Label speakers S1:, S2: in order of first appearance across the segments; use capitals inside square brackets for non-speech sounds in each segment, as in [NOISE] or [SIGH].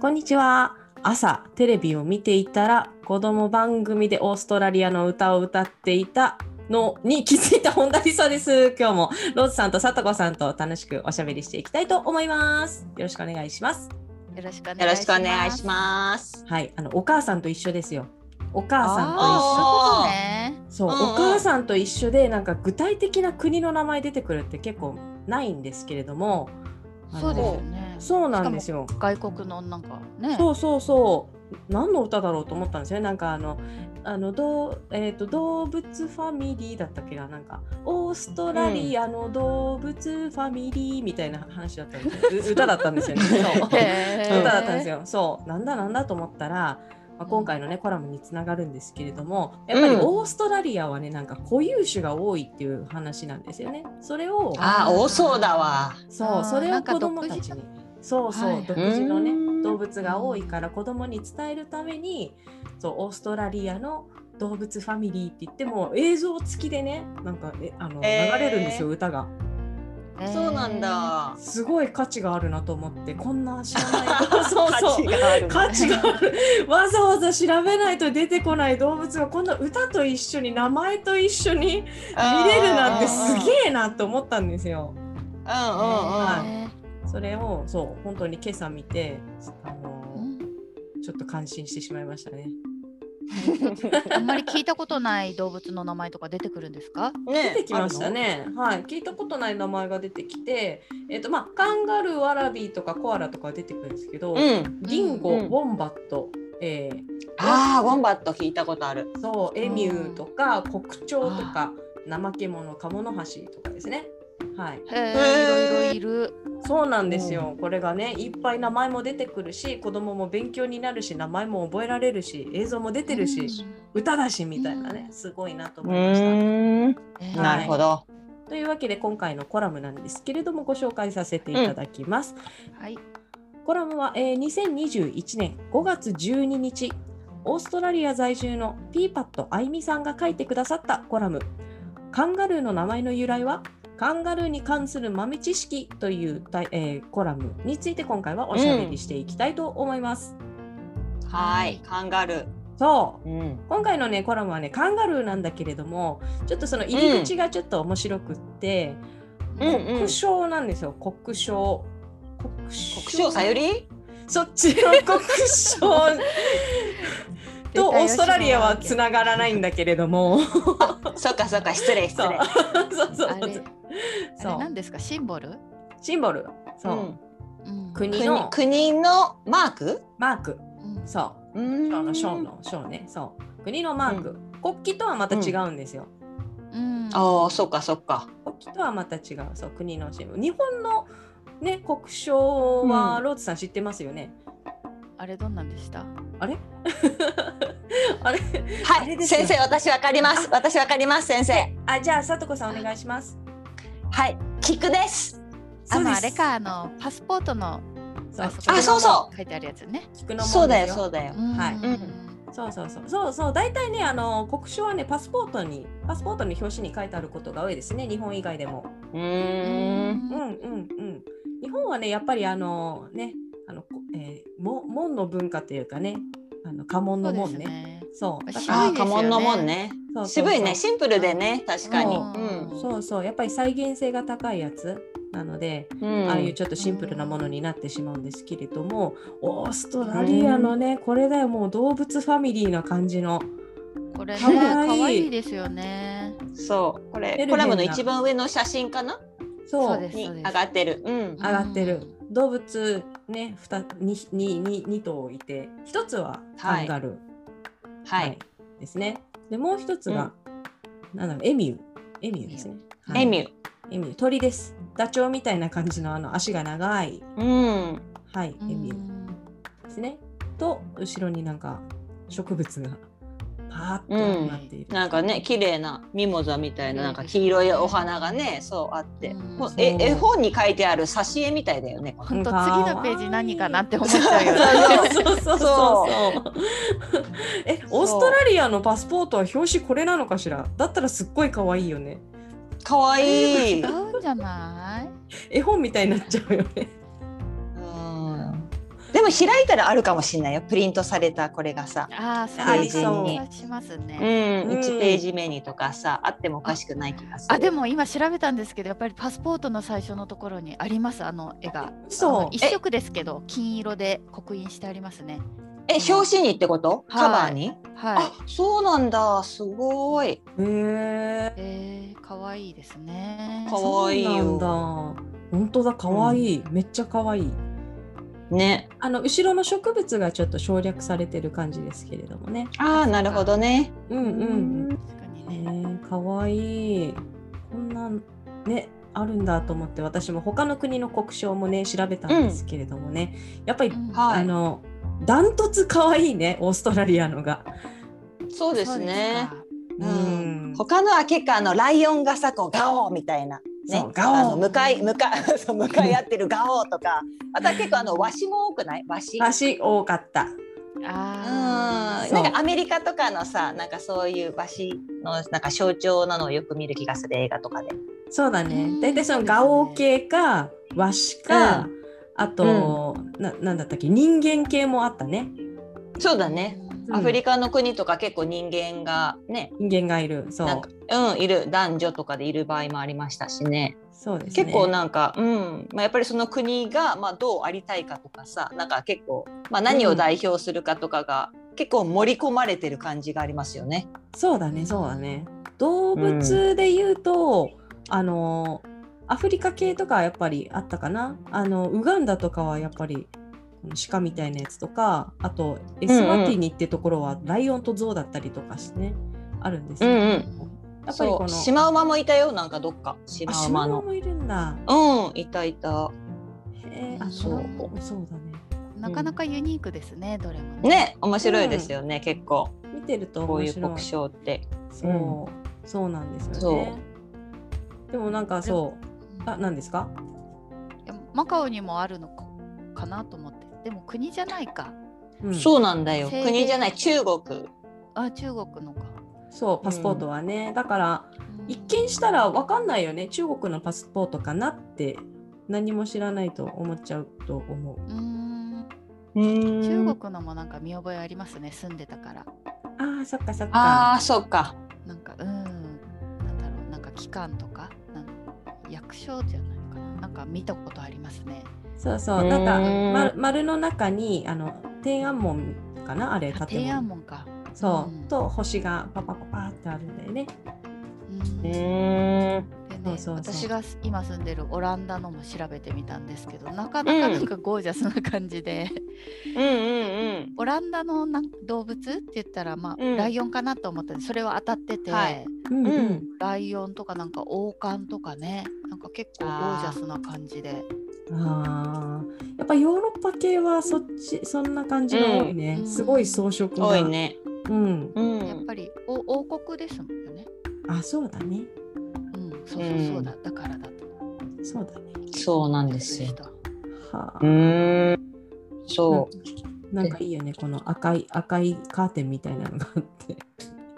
S1: こんにちは。朝テレビを見ていたら子供番組でオーストラリアの歌を歌っていたのに気づいた本田理沙です。今日もローズさんとさとこさんと楽しくおしゃべりしていきたいと思います。よろしくお願いします。
S2: よろしくお
S3: よろしくお願
S2: 願
S3: い
S2: い
S3: し
S2: します。
S3: ます。
S1: はい、あのお母さんと一緒ですよ。お母さんと
S3: あー
S2: ね。
S1: 一緒。そう、
S3: うんう
S1: お
S3: ん
S1: 母さんと一緒でなんか具体的な国の名前出てくるって結構ないんですけれども、あの
S2: そうですよね。
S1: そうなんですよ。
S2: 外国のなんかね。
S1: そうそうそう何の歌だろうと思ったんですよねなんかあのあのどう、えー、と動物ファミリーだったっけななんかオーストラリアの動物ファミリーみたいな話だったんですよ、う歌だったんですよ
S3: [LAUGHS]
S1: ねそう歌
S2: へー
S1: だったんですよそうなんだなんだと思ったら、まあ、今回のねコラムにつながるんですけれどもやっぱり
S3: うん
S1: オーストラリアはねなんか固有種が多いっていう話なんですよねそれを
S3: あー多そうだわ。
S1: そ
S2: あ
S1: う
S2: ー
S1: それ
S2: な
S1: を
S2: んか
S1: 子供
S2: 独自
S1: たちにそうそう、
S2: はい
S1: 独自の
S3: う
S1: ね
S3: ん
S1: 動物が多いから子供に伝えるためにそうオーストラリアの動物ファミリーって言っても映像付きでねなんかえあの、
S3: え
S1: 流
S3: ー
S1: れるんですよ歌が
S2: へー
S3: そうなん。だ。
S1: すごい価値があるなと思ってこんな知らない
S3: [LAUGHS]
S1: そうそうそう
S3: がある
S1: 価値があるわざわざ調べないと出てこない動物がこんな歌と一緒に名前と一緒に見れるなんてす
S3: え。
S1: げえなと思ったんですよ。
S3: うんうんうん。
S2: へー
S1: それをそう本当に今朝見てあの
S2: うん
S1: ちょっと感心してしまいましたね。
S2: あんまり聞いたことない動物の名前とか出てくるんですか？
S3: ね
S1: 出てきました。ね。はい、聞いたことない名前が出てきて、えっとまあカンガルー、ワラビーとかコアラとかは出てくるんですけど、
S3: あるのうん。
S1: リンゴ、
S3: うん
S1: ウォンバット、え
S3: ああ、ウォンバット聞いたことある。
S1: ー、そうエミューとか黒鳥とか怠け者、カモノハシとかですね。はい、
S2: へえい
S3: へー
S2: ろいろいる。
S1: そうなんですよ、これがねいっぱい名前も出てくるし子供も勉強になるし名前も覚えられるし映像も出てるし、歌だしみたいなねすごいなと思いました。
S3: ん。
S2: うん。
S3: なるほど。
S1: というわけで今回のコラムなんですけれどもご紹介させていただきます。
S2: はい。
S1: コラムは、えー2021年5月12日オーストラリア在住のピーパットあいみさんが書いてくださったコラム「カンガルーの名前の由来はカンガルーに関する豆知識」というタイ、えーコラムについて今回はおしゃべりしていきたいと思います。
S3: はい、カンガル
S1: そう
S3: ー。うん。
S1: 今回のねコラムはねカンガルーなんだけれどもちょっとその入り口がちょっと面白くって、
S3: うんうん
S1: 国章なんですよ国章国
S3: 国章さゆり。
S1: そっちの国章とオーストラリアはつながらないんだけれども
S3: そっかそっか、失礼失
S1: そう
S3: 礼。
S1: そうそう
S2: あれあ
S1: そ
S2: れ
S1: う
S2: 何ですかシンボル？
S1: シンボルそ
S2: う
S1: う、
S2: ん
S1: 国
S3: 国
S1: の
S3: 国のマーク。
S1: マーク
S2: うん
S1: そうう
S3: ん
S1: 章の章ねそう国のマーク、国旗とはまた違うんですよ、
S2: うん
S3: ああ、そっかそっか。
S1: 国旗とはまた違うそう国のシンボル日本のね国章
S3: う
S1: は
S3: ん
S1: ローズさん知ってますよね、
S2: あれどんなんでした？
S1: あれあれ
S3: は
S1: あれで
S3: い、
S1: すよ
S3: 先生、私わかります。私わかります、先生。
S1: あじゃあさとこさんお願いします
S3: はい、菊です。
S2: あ
S1: そう
S2: の
S1: です
S2: あれかあのパスポートの
S1: そう
S2: こ
S3: あそうそう
S2: 書いてあるやつね。
S1: 聞くのもん
S3: そうだよ、
S1: そ
S3: そううだよ。
S1: はい
S2: うん
S3: うん
S1: そうそうそうそうそう大体ねあの国章はねパスポートにパスポートの表紙に書いてあることが多いですね日本以外でも
S3: うーん。
S1: うんうんうん日本はねやっぱりあのねあの、こえー、も門の文化というかねあの家紋
S2: そう
S1: の
S2: で
S1: 門
S2: す
S1: ね
S2: ね。
S1: そうだから
S2: 渋
S3: あ
S2: い
S3: ー、
S2: ですよね
S3: 家紋のもんね。
S1: そうそうそう
S3: 渋いね、シンプルでね、確かに。
S1: う
S3: うん。
S1: そうそうやっぱり再現性が高いやつなので、ああいうちょっとシンプルなものになってしまうんですけれども、オーストラリアのねこれだよもう動物ファミリーな感じの
S2: これね
S1: かわいい
S2: 可愛いですよね。
S3: そう、こ
S1: メルヘ、
S3: れ
S1: ンな
S3: コラムの一番上の写真かな。
S1: そう
S2: そうです
S3: に上がってる。う
S1: 上。
S3: ん
S1: がってる、動物ね 2, 2, 2, 2頭いて1つはカンガルー、
S3: は
S1: はい
S3: い。
S1: ですねでもう1つが、なんだろうエミューエミューですね、
S3: エミュー。
S1: ーエミュー鳥ですダチョウみたいな感じのあの足が長い、
S3: うん。
S1: はい、
S4: う
S1: エミュー
S4: ん
S1: ですね。と後ろになんか植物がパーッとなっている。
S3: なんかね、綺麗なミモザみたいな、なんか黄色いお花がね、そうあって。
S4: うん
S3: もう
S4: そう
S3: え、絵本に書いてある挿絵みたいだよね。 [LAUGHS]
S5: 本当
S1: かわいい
S5: 次のページ何かなって思っちゃうよね。
S1: そうそうそうそうそう。え、オーストラリアのパスポートは表紙これなのかしら。だったらすっごい可愛いよね。
S3: 可愛いい。
S5: 違
S3: う
S5: うんじゃない？
S1: 絵本みたいになっちゃうよね。
S3: ん [LAUGHS] でも開いたらあるかもしれないよ。プリントされたこれがさ。
S5: ああ、そう
S3: あ
S5: い
S3: り
S5: う
S3: そう
S5: 感じがします
S3: うん、
S5: ね。
S3: 1ページ目にとかさ、あってもおかしくない気がする。
S5: あでも今調べたんですけどやっぱりパスポートの最初のところにありますあの絵があの
S1: そう。
S5: 一色ですけど金色で刻印してありますね
S3: え、表紙にってこと
S5: はい
S3: カバーに、
S5: はい
S3: あ、そうなんだ。すごい。
S1: へえ。
S5: えー、かわいいですね
S3: かわいいよ
S1: そうなんだ。本当だ、可愛いめっちゃ可愛い
S3: ね。
S1: あの後ろの植物がちょっと省略されてる感じですけれどもね。
S3: ああ、なるほどね。
S1: うんうん。
S5: 確かに
S1: え
S5: ね
S1: ー、可愛いこんなんね。あるんだと思って私も他の国の国章もね調べたんですけれどもね、やっぱり
S5: うん
S3: はい
S1: あのダントツ可愛いねオーストラリアのが。
S3: そうですね。
S5: そう
S3: う
S1: うん
S3: ん、他のは結構あのライオンがさこうガオーみたいな、ね
S1: そう、ガオー
S3: あの向かい向か [LAUGHS] そう向かい合ってるガオーとかあとは結構あのワシも多くないワシ。うん
S1: 足多かった。
S5: ですか
S3: な
S5: あ
S3: ん
S5: ー
S3: かアメリカとかのさなんかそういうワシのなんか象徴なのをよく見る気がする映画とかで。
S1: そうだね
S5: うん。
S1: 大体その
S5: そうですね
S1: ガオ系かワシか、
S3: う
S1: あと、ななんだったっけ人間系もあったね。
S3: そうだね。
S1: うん
S3: アフリカの国とか結構人間がね、
S1: 人間がいる。そ
S3: なん
S1: う
S3: か。うんいる男女とかでいる場合もありましたしね。
S1: そうですね。
S3: 結構なんか、うんまあ、やっぱりその国が、まあ、どうありたいかとかさなんか結構、まあ、何を代表するかとかが、結構盛り込まれてる感じがありますよね。
S1: そうだね、そうだね。動物で言うと、あのアフリカ系とかはやっぱりあったかな。あのウガンダとかはやっぱりこの鹿みたいなやつとか、あとエスワティニってところはライオンとゾウだったりとかしてね、あるんですよ。
S3: うんうん
S1: やっぱり
S3: そ
S1: この
S3: うシマウマもいたよなんかどっかシ
S1: あ
S3: マウ
S1: シマ
S3: マ
S1: ウマ
S3: の。
S1: もいるんだ。
S3: うんいたいた。
S1: へえあ
S5: そう
S1: トランそうだね。
S5: なかなかユニークですね、どれも
S3: ね面白いですよね、結構
S1: 見てると
S3: こう
S1: 面
S3: いう
S1: 白い。
S3: 国章って。
S1: そう、そうなんですよね。でもなんかそうあ何ですか？
S5: いやマカオにもあるのかかなと思ってでも国じゃないか
S1: うん
S3: そうなんだよ
S5: 西米
S3: 国じゃない中国。
S5: あ中国のか、
S1: そうパスポートはね、だから一見したら分かんないよね中国のパスポートかなって何も知らないと思っちゃうと思う。
S5: うーん
S3: 中
S5: 中国のもなんか見覚えありますね住んでたから
S1: ああそっかそっ
S3: あ
S1: か。
S3: あそうか。
S5: なんかうーんなんだろうなんか機関とかなん役所じゃないかななんか見たことありますね
S1: そうそうう
S3: ーん
S1: なんか、ま、丸の中にあの天安門かなあれ
S5: あ
S1: 建
S5: 天安
S1: 物。
S5: 門か
S1: そう、
S5: うん
S1: と星がパパパパってあるんだよね。
S5: う
S3: うんーん
S5: でね
S1: そうそうそう
S5: 私が今住んでるオランダのも調べてみたんですけどなかなかなんかゴージャスな感じで、
S3: うんうん
S5: オランダのなん動物って言ったら、まあ
S3: うん
S5: ライオンかなと思ったんでそれは当たってて、
S3: はい
S1: うん
S3: うん
S5: ライオンとかなんか王冠とかねなんか結構ゴ
S3: あ
S5: ー
S3: ー
S5: ジャスな感じで、
S1: あーやっぱヨーロッパ系はそっちそんな感じが多いね、
S5: うん
S1: すごい装飾
S3: うん。
S1: が
S3: 多いね。
S1: うん
S3: う
S5: やっ
S3: ん。
S5: ぱりお王国ですもんね。
S1: あそうだね
S5: うん、そうそうそうだ、だからだと。
S1: そうだね
S3: そうなんですよ。
S1: は
S3: う
S1: あ、
S3: ーん。そう。
S1: なんかいいよねこの赤い赤いカーテンみたいなのがあって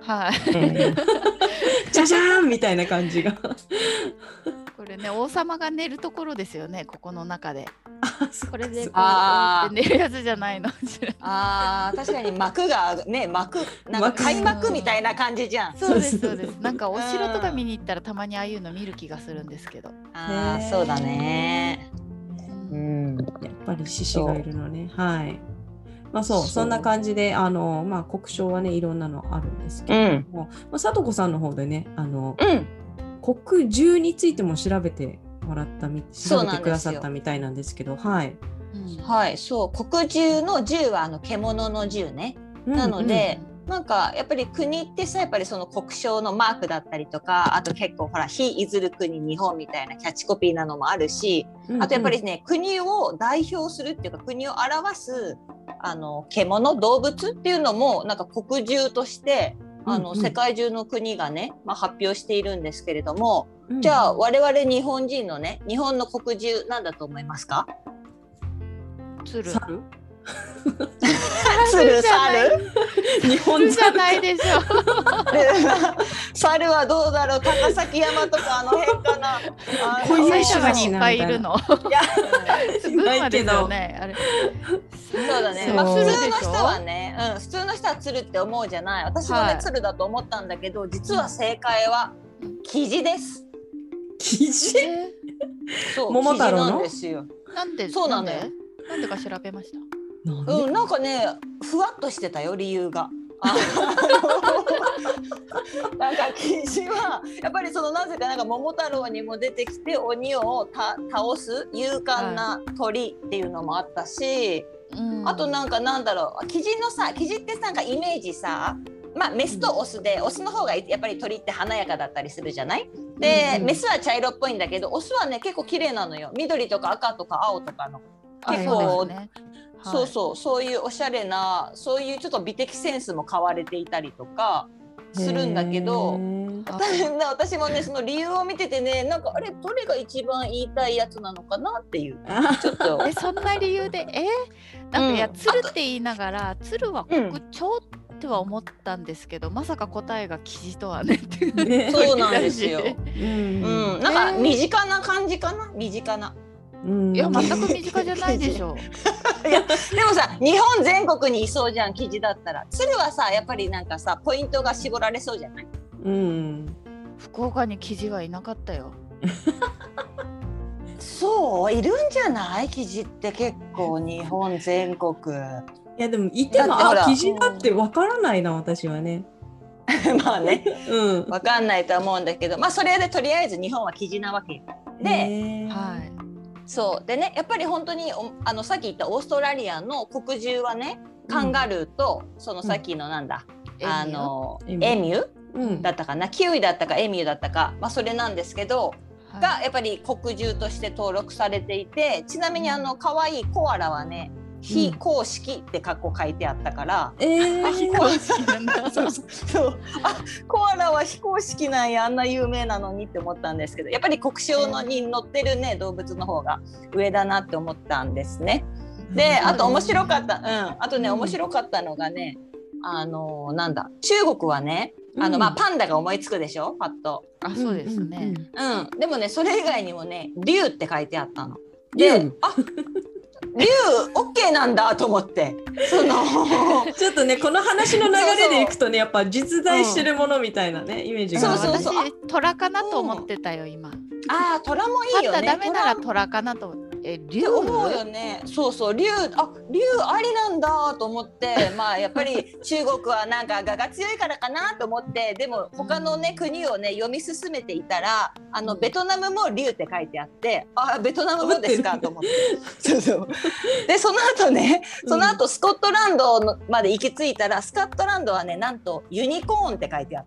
S5: はい、 [LAUGHS]
S1: じゃじゃーんみたいな感
S3: [LAUGHS]
S1: じが
S5: これね王様が寝るところですよねここの中で
S1: あ [LAUGHS] そう
S5: これでこう
S3: あー
S5: 覆って寝るやつじゃ
S3: [LAUGHS]
S5: ないの
S3: [LAUGHS] あー確かに幕がね幕なんか
S1: 幕
S3: 開幕みたいな感じじゃん。
S5: そうですそうですなんかお城とか見に行ったらたまにああいうの見る気がするんですけど、
S3: あ
S1: へ
S3: ー
S1: ー
S3: そうだね。
S5: うん
S3: うん。
S1: やっぱり獅子がいるのねはいまあそうそんな感じであのまあ国章はねいろんなのあるんですけ
S3: う
S1: ど、
S3: ん。
S1: まあ、貞子さんの方でねあの
S3: うん。
S1: 国獣についても調べてもらったみ
S3: そ
S1: 調
S3: う
S1: べ
S3: なん
S1: て
S3: ですよ
S1: くださったみたいなんですけどはい、
S5: うん
S3: はいそう黒獣の獣はあの獣の獣ね。なので
S5: うん
S3: なんかやっぱり国ってさやっぱりその国章のマークだったりとかあと結構ほら「非いずる国日本」みたいなキャッチコピーなのもあるしあとやっぱりね、国を代表するっていうか国を表すあの獣動物っていうのもなんか国獣としてあの、
S1: うんうん
S3: 世界中の国がね、まあ、発表しているんですけれども、
S1: うん、
S3: じゃ
S1: あ
S3: あ我々日本人のね日本の国獣なんだと思いま
S1: [LAUGHS]
S3: すか
S5: 鶴
S1: サル
S3: 鶴
S5: じゃない
S3: 猿
S1: 日本
S5: 鶴じゃ
S1: 猿
S5: ないでしょ
S3: [LAUGHS] 猿はどうだろう高崎山とかあの辺か
S1: [LAUGHS]
S3: な。あ
S1: こう
S3: の
S1: い
S5: 埼
S1: う人
S5: 玉
S1: たち
S5: にいっぱいいるの
S3: いや
S5: 群馬ですよねあれ
S3: そうだね。
S5: そう
S3: まあ、普通
S5: 鶴
S3: の
S5: でし
S3: 人
S5: ょ
S3: はね、うん、普通の人は鶴って思うじゃない。私もね、
S5: はい
S3: 鶴だと思ったんだけど、実は正解はキジです。
S1: キジ
S5: え
S3: そう、
S1: 桃
S3: キジ
S1: 太郎の
S3: なんですよ。
S5: ーなんで
S3: そうなの
S5: で
S3: よ
S5: なんでか調べました
S1: なんで
S3: [LAUGHS] うん、なんかね、ふわっとしてたよ、理由が。あのなんかキジはやっぱりそのなぜかなんか桃太郎にも出てきて鬼をた倒す勇敢な鳥っていうのもあったし、
S5: うん
S3: あとなんかなんだろうキジのさキジってなんかイメージさまあメスとオスでオスの方がやっぱり鳥って華やかだったりするじゃないで、メスは茶色っぽいんだけどオスはね結構綺麗なのよ緑とか赤とか青とかの
S5: あ
S3: 結
S5: そ
S3: 構
S5: うですねはい
S3: そうそうそういうおしゃれなそういうちょっと美的センスも買われていたりとかするんだけど
S1: へ。ー
S5: あ
S3: [LAUGHS] 私もねその理由を見ててねなんかあれどれが一番言いたいやつなのかなっていう
S1: あ
S3: ちょっ
S5: [LAUGHS]
S3: と
S5: えそんな理由でえなんかいや
S3: うん
S5: 鶴って言いながら鶴は
S3: うん
S5: 国鳥っては思ったんですけど、まさか答えがキジとはねっていう
S1: ね
S3: そうなんですよ。
S1: う
S3: うんん、なんか身近な感じかな身近な。
S1: うん
S5: いや全く身近じゃないで
S3: [LAUGHS]
S5: しょ
S3: でもさ日本全国にいそうじゃん記事だったら鶴はさやっぱりなんかさポイントが絞られそうじゃない
S1: うん
S5: 福岡にキジはいなかったよ
S3: そういるんじゃない記事って結構日本全国 [LAUGHS] ま
S1: いやでもいても
S3: だってほら
S1: あキジだってわからないな私はね
S3: あね
S1: うん
S3: わかんないと思うんだけどまあそれでとりあえず日本は記事なわけよで
S1: へー
S5: はい
S3: そうでねやっぱり本当におあのさっき言ったオーストラリアの国獣はねカンガルーと、そのさっきのなんだ、あの
S1: エ
S3: エ
S1: ミュー
S3: ミュー
S1: うん
S3: だったかなキウイだったかエミューだったか、まあ、それなんですけど、
S5: はい
S3: がやっぱり国獣として登録されていてちなみにあの可愛いコアラはね非公式って格好書いてあったから、
S1: えー
S3: あ非
S5: 公
S3: 公式
S5: 式なんだ
S3: [LAUGHS] そうそうあコアラは非公式なんやあんな有名なのにって思ったんですけどやっぱり国章のに乗ってるね動物の方が上だなって思ったんですね。であと面白かった、うん、あとね面白かったのがねあのなんだ中国はねあの、まあ、パンダが思いつくでしょパッと。
S5: あそうですね、
S1: うんうん
S3: うん、でもねそれ以外にもね「竜」って書いてあったの。
S1: う
S3: で
S1: ん
S3: あ竜オッケーなんだと思ってその
S1: ちょっとねこの話の流れでいくとねやっぱ実在してるものみたいなねイメージが
S3: そうそうそう
S5: 私虎かなと思ってたよ今
S3: ああ虎もいい
S5: パン
S3: よ
S5: ダ
S3: ね
S5: ダメなら
S3: 虎っ
S5: 虎かなと思ってえ
S3: て
S5: 竜
S3: 思うよねそうそう竜あ竜ありなんだと思ってまあやっぱり中国はなんか我が強いからかなと思ってでも他のね国をね読み進めていたらあのベトナムも竜って書いてあってあベトナムもですかと思って。 [LAUGHS] そうそうでその後ねその後スコットランドのまで行き着いたらスコットランドはねなんとユニコーンって書いてあっ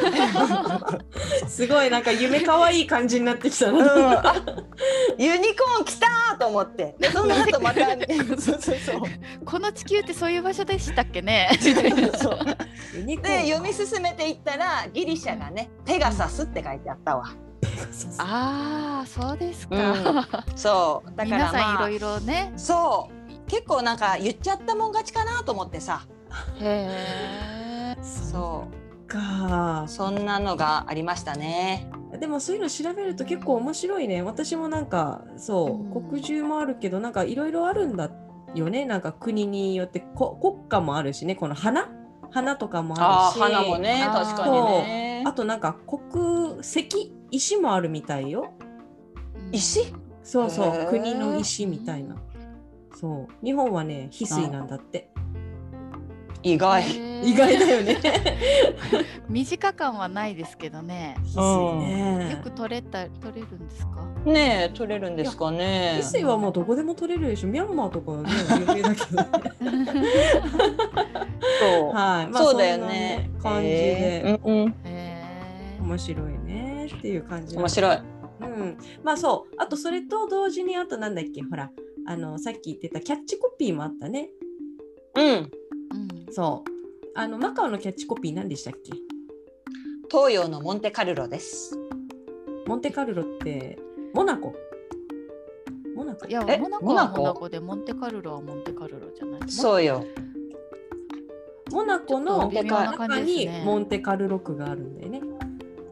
S3: た。
S1: うんすごいなんか夢可愛い感じになってきたな
S3: あ [LAUGHS] ユニコーン来たーと思って。でその後また [LAUGHS] そうそうそう
S5: この地球ってそういう場所でしたっけ
S3: [LAUGHS]
S5: ね
S3: そう
S1: ユニコーン
S3: で読み進めていったらギリシャがねペガサスって書いてあったわ。
S5: ああそうですか、
S3: そうだから
S5: 皆さんい
S3: ま
S5: ろ
S3: あ
S5: いろね
S3: そう結構なんか言っちゃったもん勝ちかなと思ってさ。
S5: へえ
S3: そ
S1: か
S3: うそんなのがありましたね。
S1: でもそういうの調べると結構面白いね私もなんかそう
S5: うん
S1: 国中もあるけどなんかいろいろあるんだよねなんか国によってこ国家もあるしねこの花花とかもあ
S3: あ
S1: る
S3: ー
S1: し
S3: 花もね
S5: あー
S3: 確かにね
S1: あ。となんか国石石もあるみたいよ
S3: 石
S1: そうそ
S3: へ
S1: う
S3: ー
S1: 国の石みたいなそう日本はね翡翠なんだって
S3: 意外。
S5: へへー
S1: 意外だよ
S3: [LAUGHS]
S1: ね。
S5: 短感はないですけどね。
S1: 翡翠ね
S5: よく取れた取れるんです
S3: [LAUGHS]
S5: か。
S3: ねえ取れるんですかね
S1: 翡翠はもうどこでも取れるでしょ。ミャンマーとかはね、有名だけ
S3: [LAUGHS]
S1: どね。
S3: そう
S1: はい、まあ
S3: そうだよね。
S1: そんなね感じで、
S3: えーうんうん、
S5: へー
S1: 面白いねっていう感じ。
S3: 面白い。。
S1: うん。まあそう。あとそれと同時にあとなんだっけ、ほら、あのさっき言ってたキャッチコピーもあったね。
S3: うん。
S5: うん
S1: そう。あのマカオのキャッチコピー何でしたっけ？
S3: 東洋のモンテカルロです。
S1: モンテカルロってモナコ。モナコ。
S5: いや、
S3: え
S5: モナコは
S3: モナコ
S5: モナコで、モンテカルロはモンテカルロじゃない。
S3: そうよ。
S1: モナコ
S5: の
S1: の
S5: 微妙な感
S1: 中
S5: じです
S1: に
S5: ね。
S1: モンテカルロ区があるんだよね。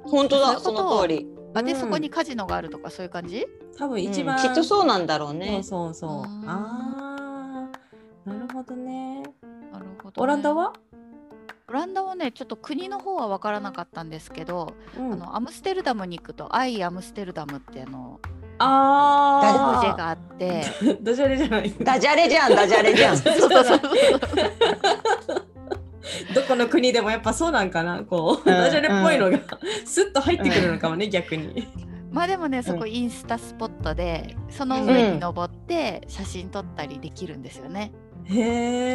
S3: 本当だ、
S5: そ
S3: そう
S5: いうこと
S3: の通り。
S5: あ、で、
S1: うん
S5: そこにカジノがあるとか、そういう感じ。
S1: 多分一
S3: う
S1: 番、
S3: んきっとそうなんだろう
S1: そう
S3: ね。
S1: そうそう。
S5: うん
S1: ああ、なるほどね。
S5: なるほど、
S1: オランダ。は？
S5: オランダはね、ちょっと国の方は分からなかったんですけど、
S1: うん
S5: あのアムステルダムに行くと、アイアムステルダムってあの。オブジ
S1: あ
S5: ェがあ
S1: [LAUGHS]
S5: って。
S1: ーダジャレじゃない。
S3: ダジャレじゃん、ダジャレじゃん。
S5: そうそうそう
S1: どこの国でもやっぱそうなんかな。こう、
S3: うん
S1: ダジャレっぽいのがスッと入ってくるのかもね、逆に。
S5: [LAUGHS] まあでもねそこインスタスポットで、その上に登って写真撮ったりできるんですよね。
S1: へ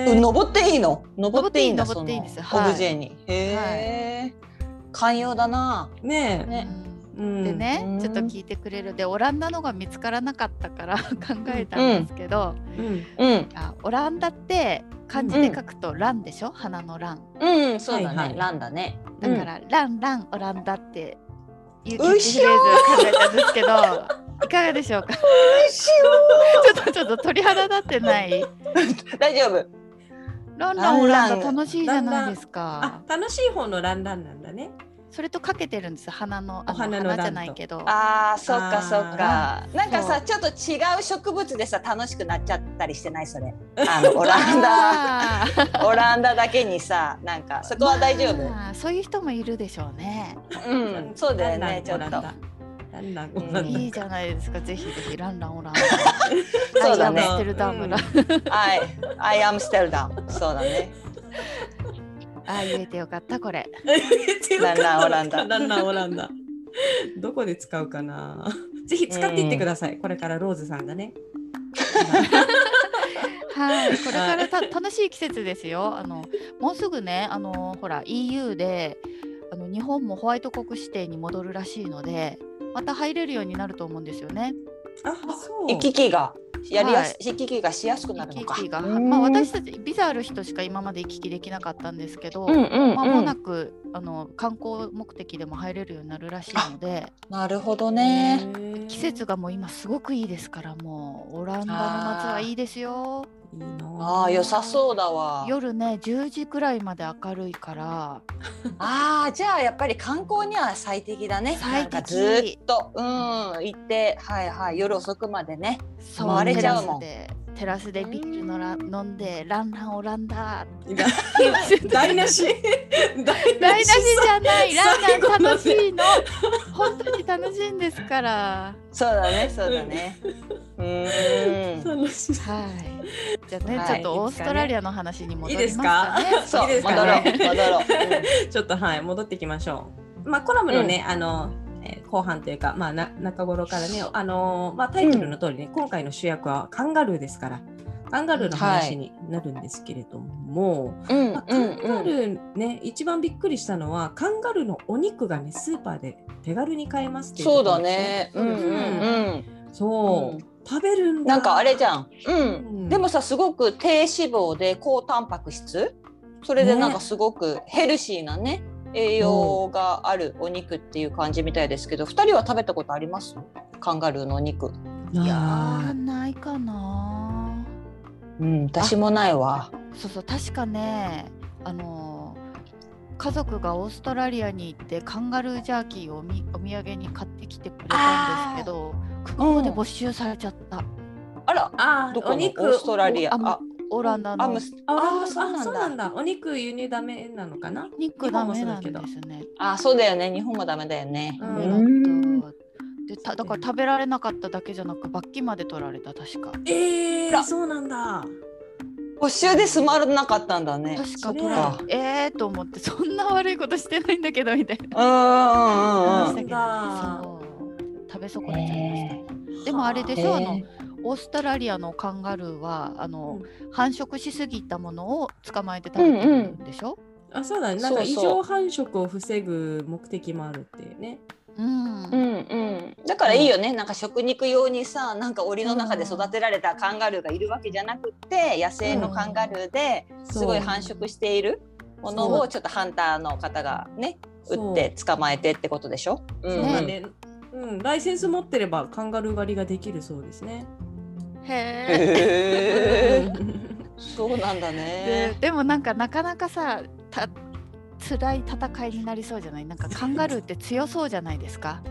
S1: え。
S3: うん [LAUGHS] 登っていいの。登っていいんだ。
S5: 登っていい登っていいんです
S3: その
S5: はい
S3: オブジェに。へえ。寛容だな。
S1: ねえ。
S3: ね。
S1: うん
S5: で。ね、
S3: うん
S5: ちょっと聞いてくれるでオランダのが見つからなかったから [LAUGHS] 考えたんですけど、
S1: うん。
S3: うん。
S5: あオランダって漢字で書くと「ラン」でしょ花の「ラン
S3: うん、そうだ
S1: はいは
S3: ね
S1: い。
S3: ランだね。」
S5: だから「ランランオランダ」っていうキャ
S3: う
S5: ッ
S3: っ
S5: チ
S3: し
S5: フ
S3: ょ
S5: レーズを考えたんですけどいかがでしょうか [LAUGHS] ちょっとちょっと鳥肌立ってない
S3: 大丈夫。
S5: ランランオラ
S3: ラ
S5: ン
S3: ン
S5: ダ
S3: ラン
S5: 楽しいじゃないですか、。
S1: あ楽しい方のランランなんだね。
S5: それとかけてるんです花のあ
S1: お花のランと
S5: 花じゃないけど。
S3: ああ、そっ
S1: あー
S3: かそっか。なんか
S5: そ
S3: さ、ちょっと違う植物でさ、楽しくなっちゃったりしてないそれ。あのオラ
S5: [LAUGHS]
S3: ンダ、
S5: あー
S3: オランダだけにさ、なんかそこは大丈夫。
S5: まあそういう人もいるでしょうね。
S3: うん、そうだよね、ちょっ
S1: ラン
S3: と。
S1: ランオランダ。ランランオランダ
S5: いいじゃないですか。ぜひぜひランランオラン。
S3: そうだね
S5: アイアムステルダムラン。
S3: はい、アイアムステルダム。そうだね。
S5: [LAUGHS] あ言えてよかったこれ。
S3: ランランオランダ
S1: ランランオランダ。どこで使うかな。ぜひ使っていってください。これからローズさんがね。
S3: [LAUGHS]
S5: はい。これからた楽しい季節ですよ。あのもうすぐねあのほら EU であの日本もホワイト国指定に戻るらしいので。また入れるようになると思うんですよね。
S1: あ、そう。
S3: 行き来がやりや
S5: は
S3: す、行き来がしやすくな
S5: 行
S3: る
S5: き
S3: のか。
S5: 来が、
S3: うん
S5: まあ私たちビザある人しか今まで行き来できなかったんですけど、
S3: うんうん
S5: まも
S3: う。
S5: なんくあの観光目的でも入れるようになるらしいので。
S3: なるほどね。
S1: へえ
S5: 季節がもう今すごくいいですからもうオランダの夏はいいですよ
S1: いいな
S3: ああ、良さそうだわ。
S5: 夜ね10時くらいまで明るいから
S3: ああ、じゃあやっぱり観光には最適だね。
S5: 最適
S3: なんかずっと、うん、行って、はいはい、夜遅くまでね。
S5: そ
S1: 回れちゃう
S3: もん
S5: テラスでテラスでビールのら飲んでランランオランダ
S1: [LAUGHS] 台無し
S5: [LAUGHS] 台無しじゃないランラ
S1: 最
S5: ン
S1: 後ま
S5: 楽し
S1: で
S5: いの本当に楽しいんですから
S3: そうだね、そうだね。
S1: [LAUGHS]
S3: うーん。
S1: 楽しい
S5: はいじゃあね、
S3: はい
S5: ちょっとオーストラリアの話に戻ります
S1: いいで
S5: かね
S3: そう、
S1: いいです
S3: 戻
S1: か
S3: ろう、
S1: ね
S3: 戻ろう。
S1: ちょっとはい戻っていきましょうまあコラムのね、あの、えー後半というかまあな中頃からねあのーまあタイトルの通りね、今回の主役はカンガルーですからカンガルーの話になるんですけれども、 [LAUGHS]
S3: うん、
S1: まあ、
S3: う
S1: カ
S3: ん
S1: ン、
S3: う
S1: ガ
S3: ん
S1: ル。ーね、一番びっくりしたのはカンガルーのお肉がねスーパーで手軽に買えますっていう
S3: そ
S1: こ
S3: う
S1: とな
S3: だ
S1: ん
S3: ね
S1: で。す
S3: うんうんうん。
S1: そう、
S3: うん
S1: 食べるんだ
S3: なんかあれじゃん。う
S1: うん
S3: ん。でもさ、すごく低脂肪で高タンパク質。それでなんかすごくヘルシーなね。栄養があるお肉っていう感じみたいですけど、二人は食べたことあります？カンガルーのお肉。
S1: ない
S5: やーないかな
S3: うん、私もないわ。
S5: そうそう確かねあのー家族がオーストラリアに行ってカンガルージャーキーをおみお土産に買ってきてくれたんですけど空港で没収されちゃった、
S3: あら、
S1: あ
S3: どこ
S1: お
S3: の
S1: 肉
S3: オーストラリア。
S5: おあ
S3: あ、
S5: オランダ
S3: ア
S5: の
S3: ムス。
S1: あ
S3: あ
S1: あ
S3: ーそうなんだ
S1: そうなんだお肉輸入ダメなのかな
S5: 肉ダメなんですね。
S3: あ、そうだよね。日本もダメだよね。
S1: うん
S5: オラ
S1: う
S5: ンダでただから食べられなかっただけじゃなく罰金まで取られた確か
S1: ええ
S3: ら
S1: そうなんだ
S3: 補修で済まなかったんだね。
S5: 確
S1: そ
S5: か
S1: れ
S5: トラええー、と思ってそんな悪いことしてないんだけどみたいな話
S3: うんうんうんうん
S5: だ。けど
S1: なんだ
S5: そう食べ損ねちゃいました
S6: え
S5: でもあれでし
S6: は
S5: ょ、
S6: あ
S5: あのオーストラリアのカンガルーはあの、繁殖しすぎたものを捕まえて食べてるんでしょ、
S1: あそうだねなんか
S3: そうそう
S1: 異常繁殖を防ぐ目的もあるっていうね
S5: うん
S3: うんうん、だからいいよね、なんか食肉用にさなんか檻の中で育てられたカンガルーがいるわけじゃなくて野生のカンガルーですごい繁殖しているもの
S1: そ
S3: をちょっとハンターの方がね撃って捕まえてってことでしょ、う
S1: そう
S3: んう
S1: だ
S3: ん、
S1: ね、うん、ライセンス持ってればカンガルー狩りができるそうですね。
S5: へ
S3: へー
S1: う
S3: そうなんだ
S5: え
S3: ね
S5: で。でもなんかなかなかさた辛い戦いになりそうじゃないなんかカンガルーって強そうじゃないですか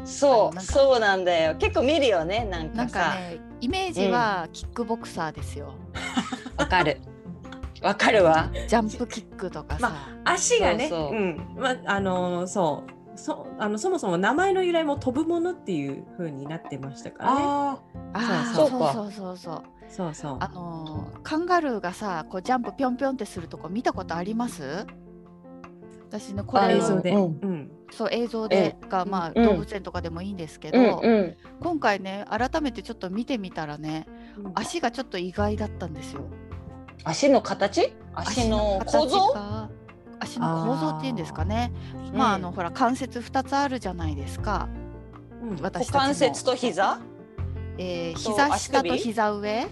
S5: あ
S3: そ
S5: の
S3: う
S5: なんか
S3: そうなんだよ結構見るよねなん
S5: な
S3: か
S5: んか
S3: さ
S5: ねイメージはキックボクサーですよ、
S3: わかるわかるわ
S5: ジャンプキックとかさ、
S1: ま [LAUGHS] 足がね、
S3: そうそう
S1: うん、まあのそう、そあのそもそも名前の由来も飛ぶものっていう風になってましたからね。
S3: あ
S5: ああそう
S1: そ
S5: う
S3: そうか
S5: そうそうそう
S1: そうそう
S5: あ。のーカンガルーがさこうジャンプぴょんぴょんってするとこ見たことあります私ねこ
S3: あ
S5: れ
S1: 映
S5: を
S1: 像で、
S3: う
S1: うんん、
S5: そう映像でが、まあ、
S3: うん
S5: 動物園とかでもいいんですけ
S3: ーう
S5: ど、
S3: んうん
S5: 今回ね改めてちょっと見てみたらね足がちょっと意外だったんですよ。
S3: 足の形足の構造
S5: が足の構造っていうんですかねまああのほら関節2つあるじゃないですか
S1: うん
S5: 私た
S3: 股
S5: ちの
S3: 関節と膝
S5: えー
S3: と
S5: 膝下
S3: 足
S5: と
S3: 首
S5: 膝上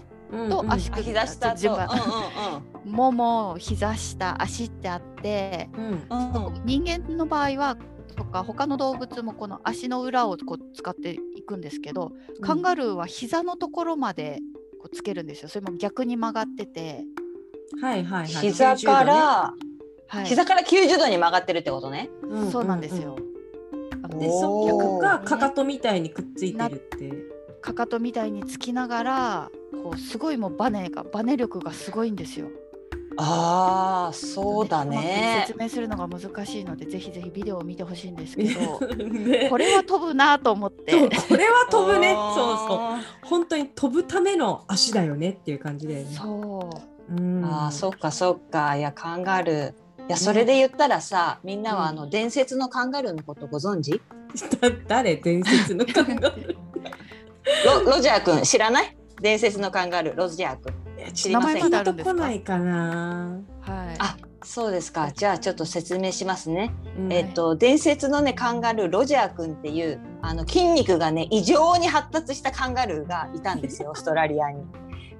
S5: と
S1: うん
S5: 足
S3: あ
S5: 首
S3: 膝下
S5: ち
S3: と
S5: ょ
S3: う
S5: っ
S3: ん
S5: 順番もも膝下足ってあって
S1: うんうん
S3: うんうん
S5: 人間の場合はとか他の動物もこの足の裏をこう使っていくんですけどカンガルーは膝のところまでこうつけるんですよそれも逆に曲がってて、
S1: はいはいはい。
S3: 膝か
S1: 90
S3: ら
S5: はい、
S3: 膝から90度に曲がってるってことね
S1: 度ね、
S5: そうなんですよ。。あ
S1: う
S5: の
S1: んで、
S3: おー
S1: そうがかかとみたいにくっついてるって。
S5: かかとみたいにつきながらこうすごいもうバネがバネ力がすごいんですよ。
S3: ああそうだ
S5: まく
S3: ね
S5: 説明するのが難しいのでぜひぜひビデオを見てほしいんですけ
S3: [LAUGHS]
S5: ど
S1: [LAUGHS] で
S5: これは飛ぶなと思っ
S1: そう
S5: て
S1: これは飛ぶね。
S3: あー
S1: そうそう。本当に飛ぶための足だよねっていう感じだよね。
S5: そう
S1: うん
S3: あーそっかそっかいやカンガルーいやそれで言ったらさみんなはあの伝説のカンガルーのことご存知
S1: [LAUGHS] だ誰伝説のカン
S3: [LAUGHS]
S1: ガル
S3: ロロジャー君知らない伝説のカンガルーロジャー君
S1: ー。
S3: 知りません
S1: 名前まだあるんですかピンとこないかな。
S5: はい
S3: あそうですかじゃあちょっと説明しますね
S1: うん
S3: えっと、伝説のねカンガルーロジャー君っていうあの筋肉がね異常に発達したカンガルーがいたんですよオーストラリアに。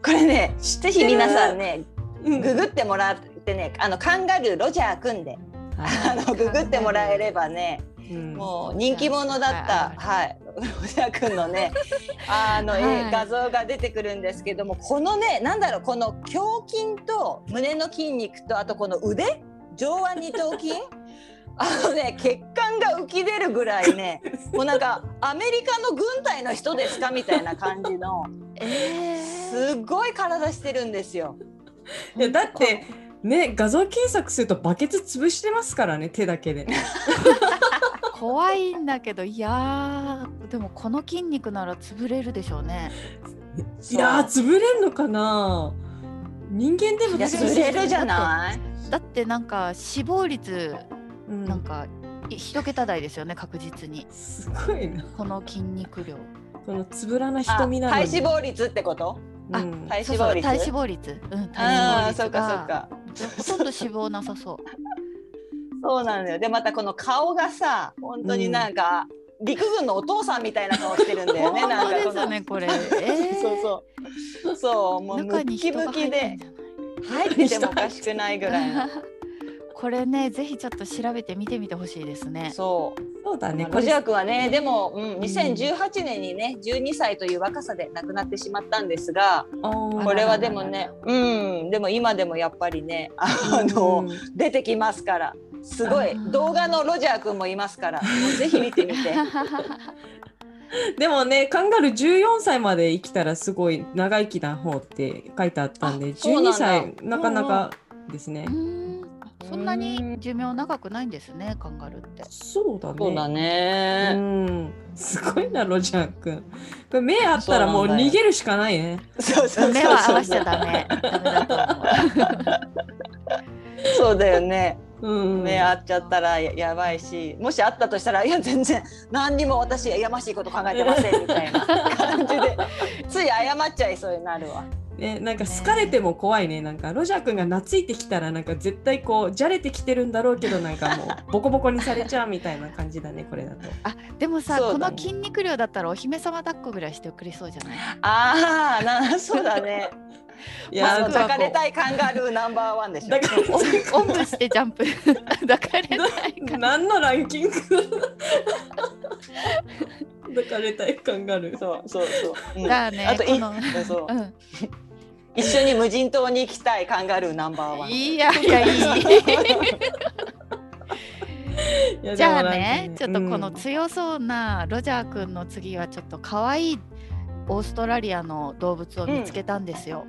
S3: これねぜひ皆さんね
S1: うん
S3: ググってもらってねあのカンガルーロジャー君であのググってもらえればね
S1: うん
S3: もう人気者だった、はい、ロジャー君の
S5: [LAUGHS]
S3: ねあの、え
S5: はい
S3: 画像が出てくるんですけどもこのねなんだろうこの胸筋と胸の筋肉とあとこの腕上腕二頭
S5: [LAUGHS]
S3: 筋あのね血管が浮き出るぐらいねもうなんかアメリカの軍隊の人ですかみたいな感じの
S5: えー
S3: すごい体してるんですよ。
S1: いやだってね画像検索するとバケツ潰してますからね手だけで。
S5: 怖いんだけどいやーでもこの筋肉なら潰れるでしょうね。
S1: いやー潰れんのかな。人間でも
S3: いや
S5: 潰
S3: 潰
S5: れ
S3: れ
S5: る
S3: る
S5: じ
S3: じ
S5: ゃ
S3: ゃ
S5: な
S3: ない
S5: だってなんか死亡率
S1: うん
S5: なんかい一桁台ですよね確実に
S1: すごいな。
S5: この筋肉量。
S1: このつぶらな
S3: あ体
S1: 瞳なの
S3: 脂
S1: に。
S3: 肪率ってこと
S5: あ
S1: うん
S3: 体
S5: そう
S3: 脂
S5: そ
S3: 肪
S5: う
S3: 率
S5: 体脂肪率。うん体脂肪
S3: ああそ
S5: 率
S3: うかそう
S5: が
S3: か。
S5: ほとんど脂肪なさそう。
S3: そうなんだよ。で、またこの顔がさ、本当になんか、陸軍のお父さんみたいな顔してるんだ [LAUGHS] よ
S5: [LAUGHS]
S3: ね。
S5: 本
S3: な
S5: 当
S3: んか
S5: で
S3: こ
S5: す
S3: の
S5: よねこ
S3: [LAUGHS]
S5: れ。え
S3: そうそう。そう、も
S5: ー
S3: う
S5: 中
S3: ム
S5: に
S3: キ
S5: 人
S3: ム
S5: が入
S3: キ
S5: ってん
S3: で
S5: じゃない
S3: 入っててもおかしくないぐらいの。
S5: これねぜひちょっと調べて見てみてほしいですね。
S3: そう。
S1: そうだね。
S3: まあ
S1: こ
S3: ロジャ
S1: れ
S3: ー君はね、でも、うん、2018年にね、12歳という若さで亡くなってしまったんですが、
S1: おー
S3: これはでもね、うん、でも今でもやっぱりね、あの、
S1: うん
S3: 出てきますから。すごい動画のロジャー君もいますから、もうぜひ見て
S5: [LAUGHS]
S3: みて。
S1: でもねカンガルー14歳まで生きたらすごい長生きな方って書いてあったんで
S3: あそうなん
S1: 12
S3: だ
S1: 歳なかなかですね
S5: う。んあそんなに寿命長くないんですねカンガルーって。
S1: そうだね。
S3: そうだ
S1: う
S3: ね。
S1: ん。すごいな、ロジャー君。これ目あったらもう逃げるしかないね。
S3: そうそうそうそう
S5: 目は合わせちゃダメ。ダメだと思う。
S3: [LAUGHS] そうだよね。
S1: うん。
S3: 目合っちゃったらややばいし、もしあったとしたらいや全然何にも私やましいこと考えてませんみたいな感じで、つい謝っちゃいそうになるわ。
S1: ね、なんか好かれても怖いね。なんかロジャー君が懐いてきたらなんか絶対こうじゃれてきてるんだろうけどなんかもうボコボコにされちゃうみたいな感じだねこれだと。
S5: あでもさ、
S3: そう
S5: こ
S3: だね
S5: の筋肉量だったらお姫様抱っこぐらいしてくれそうじゃない
S3: ああ、なそうだね。
S1: い
S3: いや、
S5: ま
S1: や
S5: あ
S3: 抱かれたいカンガルーナンバーワンでしょ。
S1: だから
S5: おおんぶしてジャンプ抱かれないか
S1: ー
S5: ら
S1: 何のラン
S5: [LAUGHS]
S1: キング抱かれたい感がある。
S3: そうそうそう。うん
S5: だね
S3: あとい
S5: この
S3: そううん一緒に無人島に行きたいカンガルーナンバーワン。
S5: いやいや
S3: [LAUGHS]
S5: いい
S1: いや
S5: じゃあ
S1: でもなんか
S5: ねちょっとこの強そうなロジャーくんの次はちょっと可愛いオーストラリアの動物を見つけたんですよ、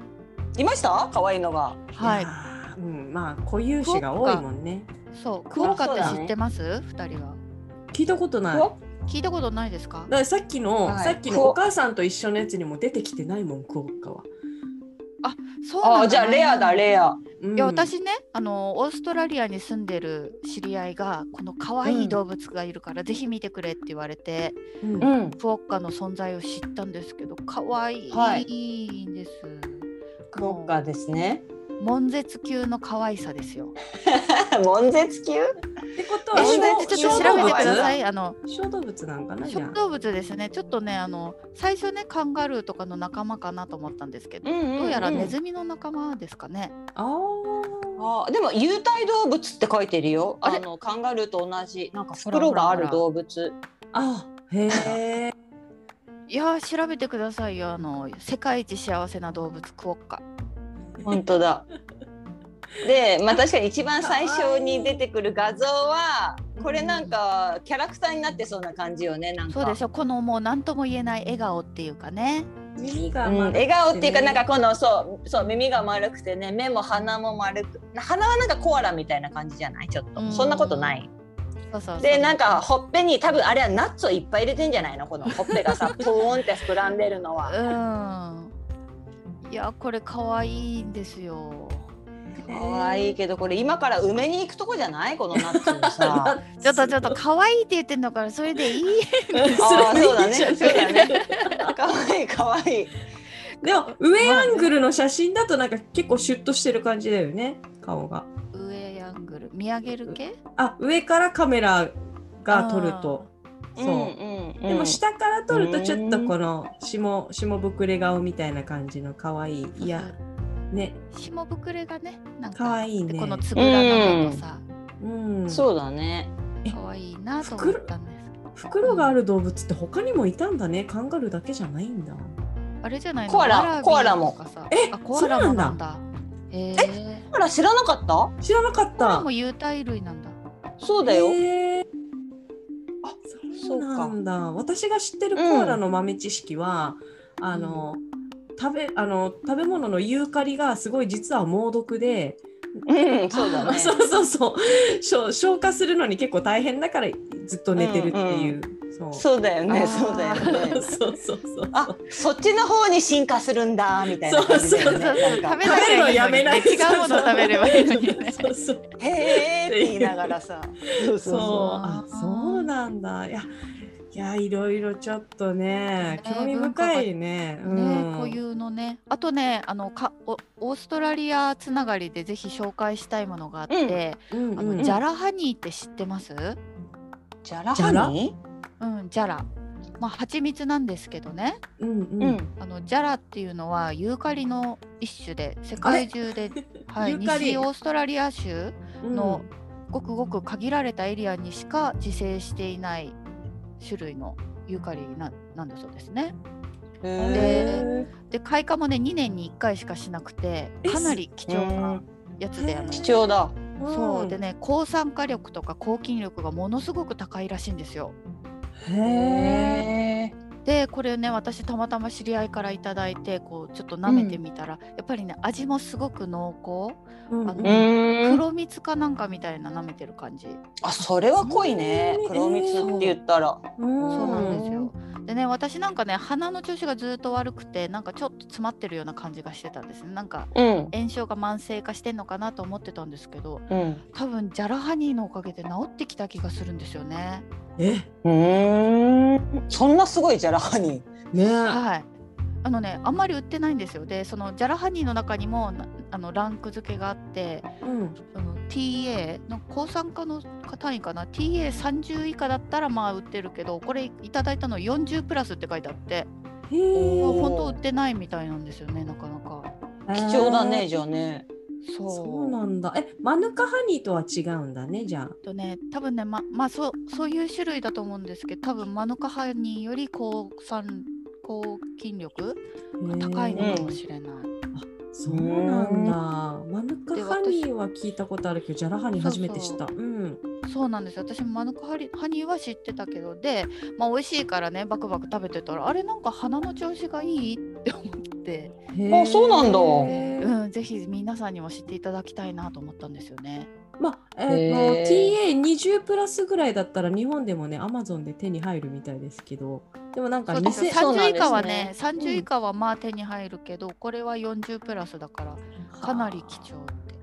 S3: いました？可愛いのが。
S1: うん
S5: はい
S1: やーうん、まあ固有種が多いもんね。
S5: そうクオッカっ
S3: そうだ
S5: て
S3: ね
S5: 知ってます二、人は
S1: 聞いたことない。
S3: ク
S1: だ
S3: オ
S1: か
S5: 聞いたことないですから
S1: さっきの、
S3: はい
S1: さっきのお母さんと一緒のやつにも出てきてないもんクオッカは。
S5: そうなん
S3: あ
S5: だ
S3: あ、じゃあレアだレア。
S1: うん
S5: いや私ねあのオーストラリアに住んでる知り合いがこの可愛い動物がいるから、ぜひ見てくれって言われて
S1: うん
S3: ん。
S5: クオッカの存在を知ったんですけど可愛
S3: はい
S5: いんです、
S3: クオッカですね。
S5: 悶絶級の可愛さですよ
S3: [LAUGHS] 悶絶級？
S1: ってことは
S5: え
S3: 悶
S5: ち
S3: 絶
S5: ょっとちょっと調べてくださ
S1: い。
S5: いあの
S1: 小動物なんかなじゃ
S5: 小
S1: あ。
S5: 動物ですねちょっとねあの最初ねカンガルーとかの仲間かなと思ったんですけど、
S3: んうん
S5: どうやらネズミの仲間ですかね、
S1: あー
S3: あーでも有袋動物って書いてるよ。
S5: あ
S3: あ
S5: れ
S3: のカンガルーと同じ。
S5: なんか
S3: 袋がある動物。
S1: あ。へえ。
S5: いやー調べてくださいよあの世界一幸せな動物クオッカ
S3: 本当だ。で、まあ確かに一番最初に出てくる画像はこれなんかキャラクターになってそうな感じよね。なんか。
S5: そうでしょこのもう何とも言えない笑顔っていうかね
S1: 耳が、
S3: う
S1: ま
S3: ん、
S1: あ
S3: 笑顔っていうかなんかこのそうそう耳が丸くてね目も鼻も丸く鼻はなんかコアラみたいな感じじゃないちょっと、
S5: うん
S3: そんなことない
S5: そうそう
S3: でなんかほっぺに多分あれはナッツをいっぱい入れてんじゃないのこのほっぺがさプーンって膨らんでるの
S5: う
S3: は
S5: んいやこれ可愛いんですよ
S3: 可愛いけどこれ今から埋めに行くとこじゃないこのナッツも
S5: [LAUGHS]
S3: さ
S1: あ
S5: ちょっとち
S1: [LAUGHS]
S5: ょっと可愛いって言ってんだからそれでいい
S3: ああそうだね
S1: それいい
S3: そう
S1: じゃん
S3: だね [LAUGHS] 可愛い可愛い
S1: でも上アングルの写真だとなんか結構シュッとしてる感じだよね顔が
S5: 上アングル見上げる系
S1: あ上からカメラが撮るとそう、
S3: んうん
S1: でも下から撮るとちょっと
S3: うん
S1: この下下ぶくれ顔みたいな感じの可愛いいやね
S5: 下ぶくれがねなんか
S1: 可愛いね
S5: でこのつぶらなのとさ
S1: うん
S3: そうだね
S5: 可愛いなと思ったんですけど
S1: 袋がある動物って他にもいたんだねカンガルーだけじゃないんだ
S5: あれじゃないの
S3: コアラ
S5: ワビー
S3: コアラも
S5: とかさ
S1: え
S5: あコアラもなんだええ
S3: あら知らなかった
S1: 知らなかっ
S5: コアラ
S1: た
S5: も有袋類なんだ
S3: そうだよ、
S1: へー
S3: あ
S1: そうなんだ私が知ってるコアラの豆知識は、あの食べあの食べ物のユーカリがすごい実は猛毒で、
S3: うんそうだね
S1: そうそう [LAUGHS] そうしょ消化するのに結構大変だからずっと寝てるっていう、そう
S3: そうだよ
S5: あ
S3: ね、
S5: ー
S3: そうだよ
S1: [LAUGHS]
S3: ね。
S1: そうそうそう
S3: あ、そっちの方に進化するんだみたいな感じだよ
S5: そう
S3: ね。
S5: そうそう
S3: なんか
S1: 食べるの
S5: いい
S1: やめない
S5: 違うもの食べればいいのにね
S1: [LAUGHS] そうそうそう
S3: へえって言いながらさ。そう
S1: そうあ
S5: そう
S1: そうなんだいやいやいろいろちょっとね
S5: ね
S1: 興味深いね。
S5: ね、固有のねあとねあのかおオーストラリアつながりでぜひ紹介したいものがあって、
S1: うんうん
S5: あのジャラハニーって知ってます、
S3: じゃらはに。
S5: うん、ジャラ。まあ蜂蜜なんですけどね
S1: うんう
S3: うんん。
S5: あのジャラっていうのはユーカリの一種で世界中で、はい、
S1: ユーカリ
S5: 西オーストラリア州のごくごく限られたエリアにしか自生していない種類のユーカリななんだそうですね。
S1: うん
S5: で
S3: へ
S5: で開花もね2年に1回しかしなくて
S1: え
S5: かなり貴
S3: え。
S5: 重なやつであの
S3: 貴重だ。
S5: そうで
S1: ね
S5: ね抗酸化力とか抗菌力がものすごく高いらしいんですよ。
S1: へえ。
S3: へえ。
S5: でこれね私たまたま知り合いからいただいてこうちょっと舐めてみたら、やっぱりね味もすごく濃厚、
S1: うん
S5: あ
S1: うん
S5: の
S3: ん。
S5: 黒蜜かなんかみたいな舐めてる感じ、
S3: あ、それは濃いね
S1: え。ー
S3: 黒蜜って言ったら。
S5: そう
S1: う
S5: なん
S1: ん
S5: ですよでね私なんかね鼻の調子がずっと悪くてなんかちょっと詰まってるような感じがしてたんですねなんか
S3: うん。
S5: 炎症が慢性化してんのかなと思ってたんですけど
S3: うん。
S5: 多分ジャラハニーのおかげで治ってきた気がするんですよね
S1: え
S3: うーん。そんなすごいじゃらハニ
S1: ね
S5: はいあのねあんまり売ってないんですよでそのジャラハニーの中にもなあのランク付けがあって
S1: うん
S5: あの TA の抗酸化の単位かな TA30 以下だったらまあ売ってるけどこれいただいたの40プラスって書いてあって
S1: へー
S5: もう
S3: おー
S5: 本当売ってないみたいなんですよねなかなか
S3: ー。貴重だね、じゃあね。
S5: そう
S1: そうなんだえマヌカハニーとは違うんだねじゃあ
S5: えっとね多分ねままあそうそういう種類だと思うんですけど多分マヌカハニーより抗酸抗菌力が高い
S1: へ
S5: の
S1: ー
S5: かもしれない、
S1: そうなんだマヌカ
S5: で
S1: ハニーは聞いたことあるけどジャラハニー初めて知ったうん
S5: そうなんですよ私もマヌカハリハニーは知ってたけどで、まあ、美味しいからねバクバク食べてたらあれなんか鼻の調子がいいって思って、
S1: へー
S3: あそうなんだ
S1: うん
S5: うん、ぜひ皆さんにも知っていただきたいなと思ったんですよね
S1: まあえ
S3: へ
S1: ー、と TA20 プラスぐらいだったら日本でもね Amazon で手に入るみたいですけどでもなんか
S5: そうですよ
S1: 2000
S3: そうなん
S5: 30以
S3: ですね
S5: 下はね
S1: うん
S5: 30以下はまあ手に入るけどこれは40プラスだからかなり貴重って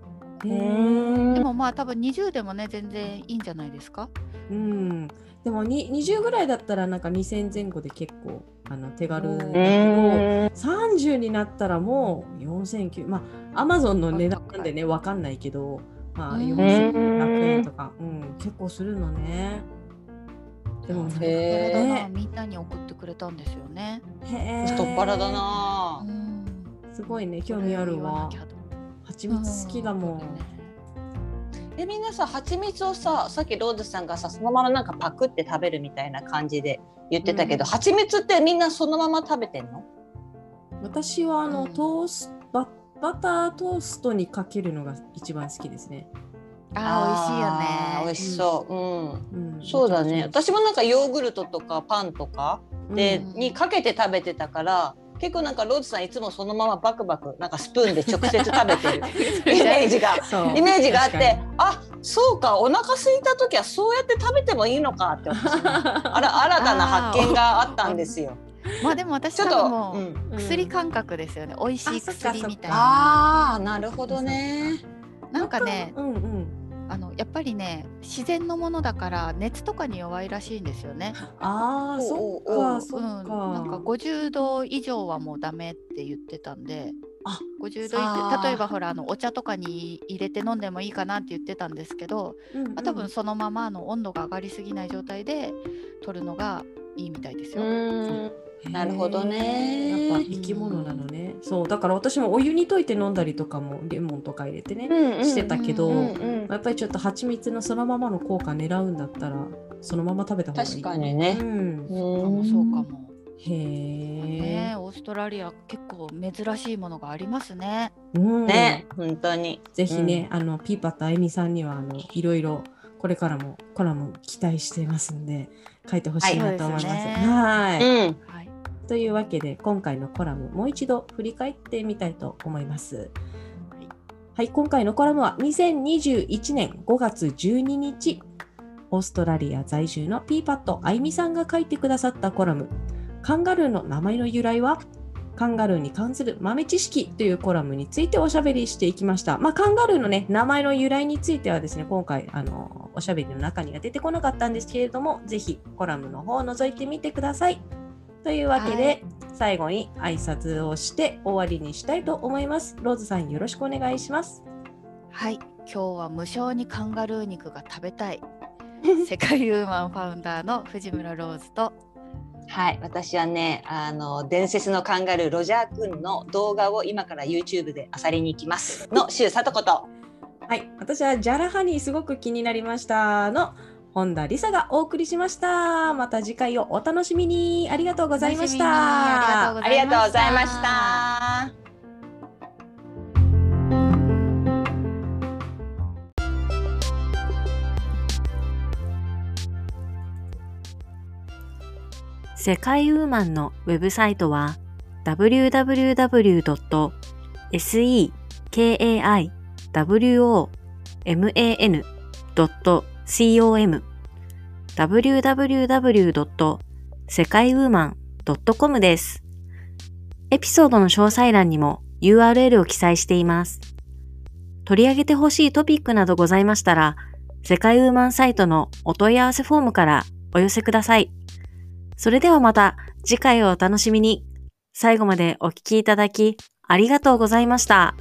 S1: へー
S3: う
S5: で
S3: ーん。
S5: もまあ多分20でもね全然いいんじゃないですか。
S1: うんでもに20ぐらいだったらなんか2000前後で結構あの手軽だけ
S5: う
S1: ど
S3: ーん。
S1: 30になったらもう49まあアマゾンの値段なんでねわかんないけどまあ
S5: うん
S1: 4100円とか、うん、結構するのねでも
S5: 太っ
S3: へえ
S5: 腹だなみんなに送ってくれたんですよね。
S1: へー
S3: 太っ腹だな
S5: う。ん。
S1: すごいね興味ある
S5: これ
S1: わ
S5: は言わなきゃと
S1: 蜂蜜好きだもん、
S5: うん
S3: でみんなさ蜂蜜をささっきローズさんがさそのままなんかパクって食べるみたいな感じで言ってたけど、
S1: うん
S3: 蜂蜜ってみんなそのまま食べてんの
S1: 私はあの、
S5: うん
S1: トースババタートーストにかけるのが一番好きですね、
S5: あー美
S3: 美
S5: 味しいよね。
S3: 味しそう、うん
S1: うん、
S3: そうだね私もなんかヨーグルトとかパンとかで、
S5: うん
S3: にかけて食べてたから結構なんかローズさんいつもそのままバクバクなんかスプーンで直接
S5: [LAUGHS]
S3: 食べてる [LAUGHS] イメージが
S1: そう
S3: イメージがあっ
S1: 確か
S3: てあそうかお腹空いた時はそうやって食べてもいいのかって私も
S5: [LAUGHS]
S3: あら新たな発見があったんですよ。
S5: まあでも私
S3: ちょ
S5: 多
S3: っと
S5: 分も
S3: う
S5: うん
S1: に
S5: 薬感覚ですよね。美味しい薬みたいな。
S3: ああなるほどね。
S5: なんかね
S1: うんうん
S5: あのやっぱりね自然のものだから熱とかに弱いらしいんですよね。
S1: ああそ
S3: お
S1: っ
S3: うお
S1: か
S3: う
S1: そっか、
S5: うん、なんか50度以上はもうダメって言ってたんで
S1: あ
S5: 50度以
S3: あ
S5: 上
S3: ー
S5: 例えばほらあのお茶とかに入れて飲んでもいいかなって言ってたんですけど、
S1: うんうん
S5: まあ、多分そのままあの温度が上がりすぎない状態で取るのがいいみたいですよ。
S3: んなるほど
S1: へ
S3: ね
S1: ーやっぱ生き物なのね。そうだから私もお湯に溶いて飲んだりとかもレモンとか入れてね、してたけど、
S5: うんうん
S1: まあやっぱりちょっと蜂蜜のそのままの効果狙うんだったらそのまま食べた方がいい。
S3: 確かにね
S1: う。ん。
S5: そうか
S3: も
S5: もそうか。も。
S1: へ
S5: ね
S1: え。
S5: オーストラリア結構珍しいものがありますね。
S1: うん。
S3: ね、本当に。
S1: ぜひね、あのピーパとあゆみさんにはあのいろいろこれからもコラム期待していますんで書いてほしいなと思います。
S5: はいそうですね
S1: はい。
S3: うん。
S5: はい、
S1: というわけで今回のコラムもう一度振り返ってみたいと思います。はい、今回のコラムは2021年5月12日オーストラリア在住のピーパットあいみさんが書いてくださったコラム「カンガルーの名前の由来は?」カンガルーに関する豆知識というコラムについておしゃべりしていきました。まあ、カンガルーのね、名前の由来についてはですね、今回、あの、おしゃべりの中には出てこなかったんですけれども、ぜひコラムの方を覗いてみてください。というわけで、
S5: はい
S1: 最後に挨拶をして終わりにしたいと思います。ローズさん、よろしくお願いし
S5: [LAUGHS]
S1: ます。
S5: はい、今日は無性にカンガルー肉が食べたい世界ユーマンファウンダーの藤村ローズと
S3: はい、私はね、あの伝説のカンガルーロジャーくんの動画を今から YouTube で漁りに行きます。のしゅうさとこと。
S1: はい、私はジャラハニーすごく気になりましたの本田理沙がお送りしました。また次回をお楽しみに。ありがとうございました。
S5: お楽しみに
S3: ありがとうございました。
S2: 世
S1: 世界ウーマンのウェブサイトは www.sekaiwoman.com www.sekaiwoman.com です。エピソードの詳細欄にも URL を記載しています。取り上げてほしいトピックなどございましたら、世界ウーマンサイトのお問い合わせフォームからお寄せください。それではまた次回をお楽しみに。最後までお聞きいただきありがとうございました。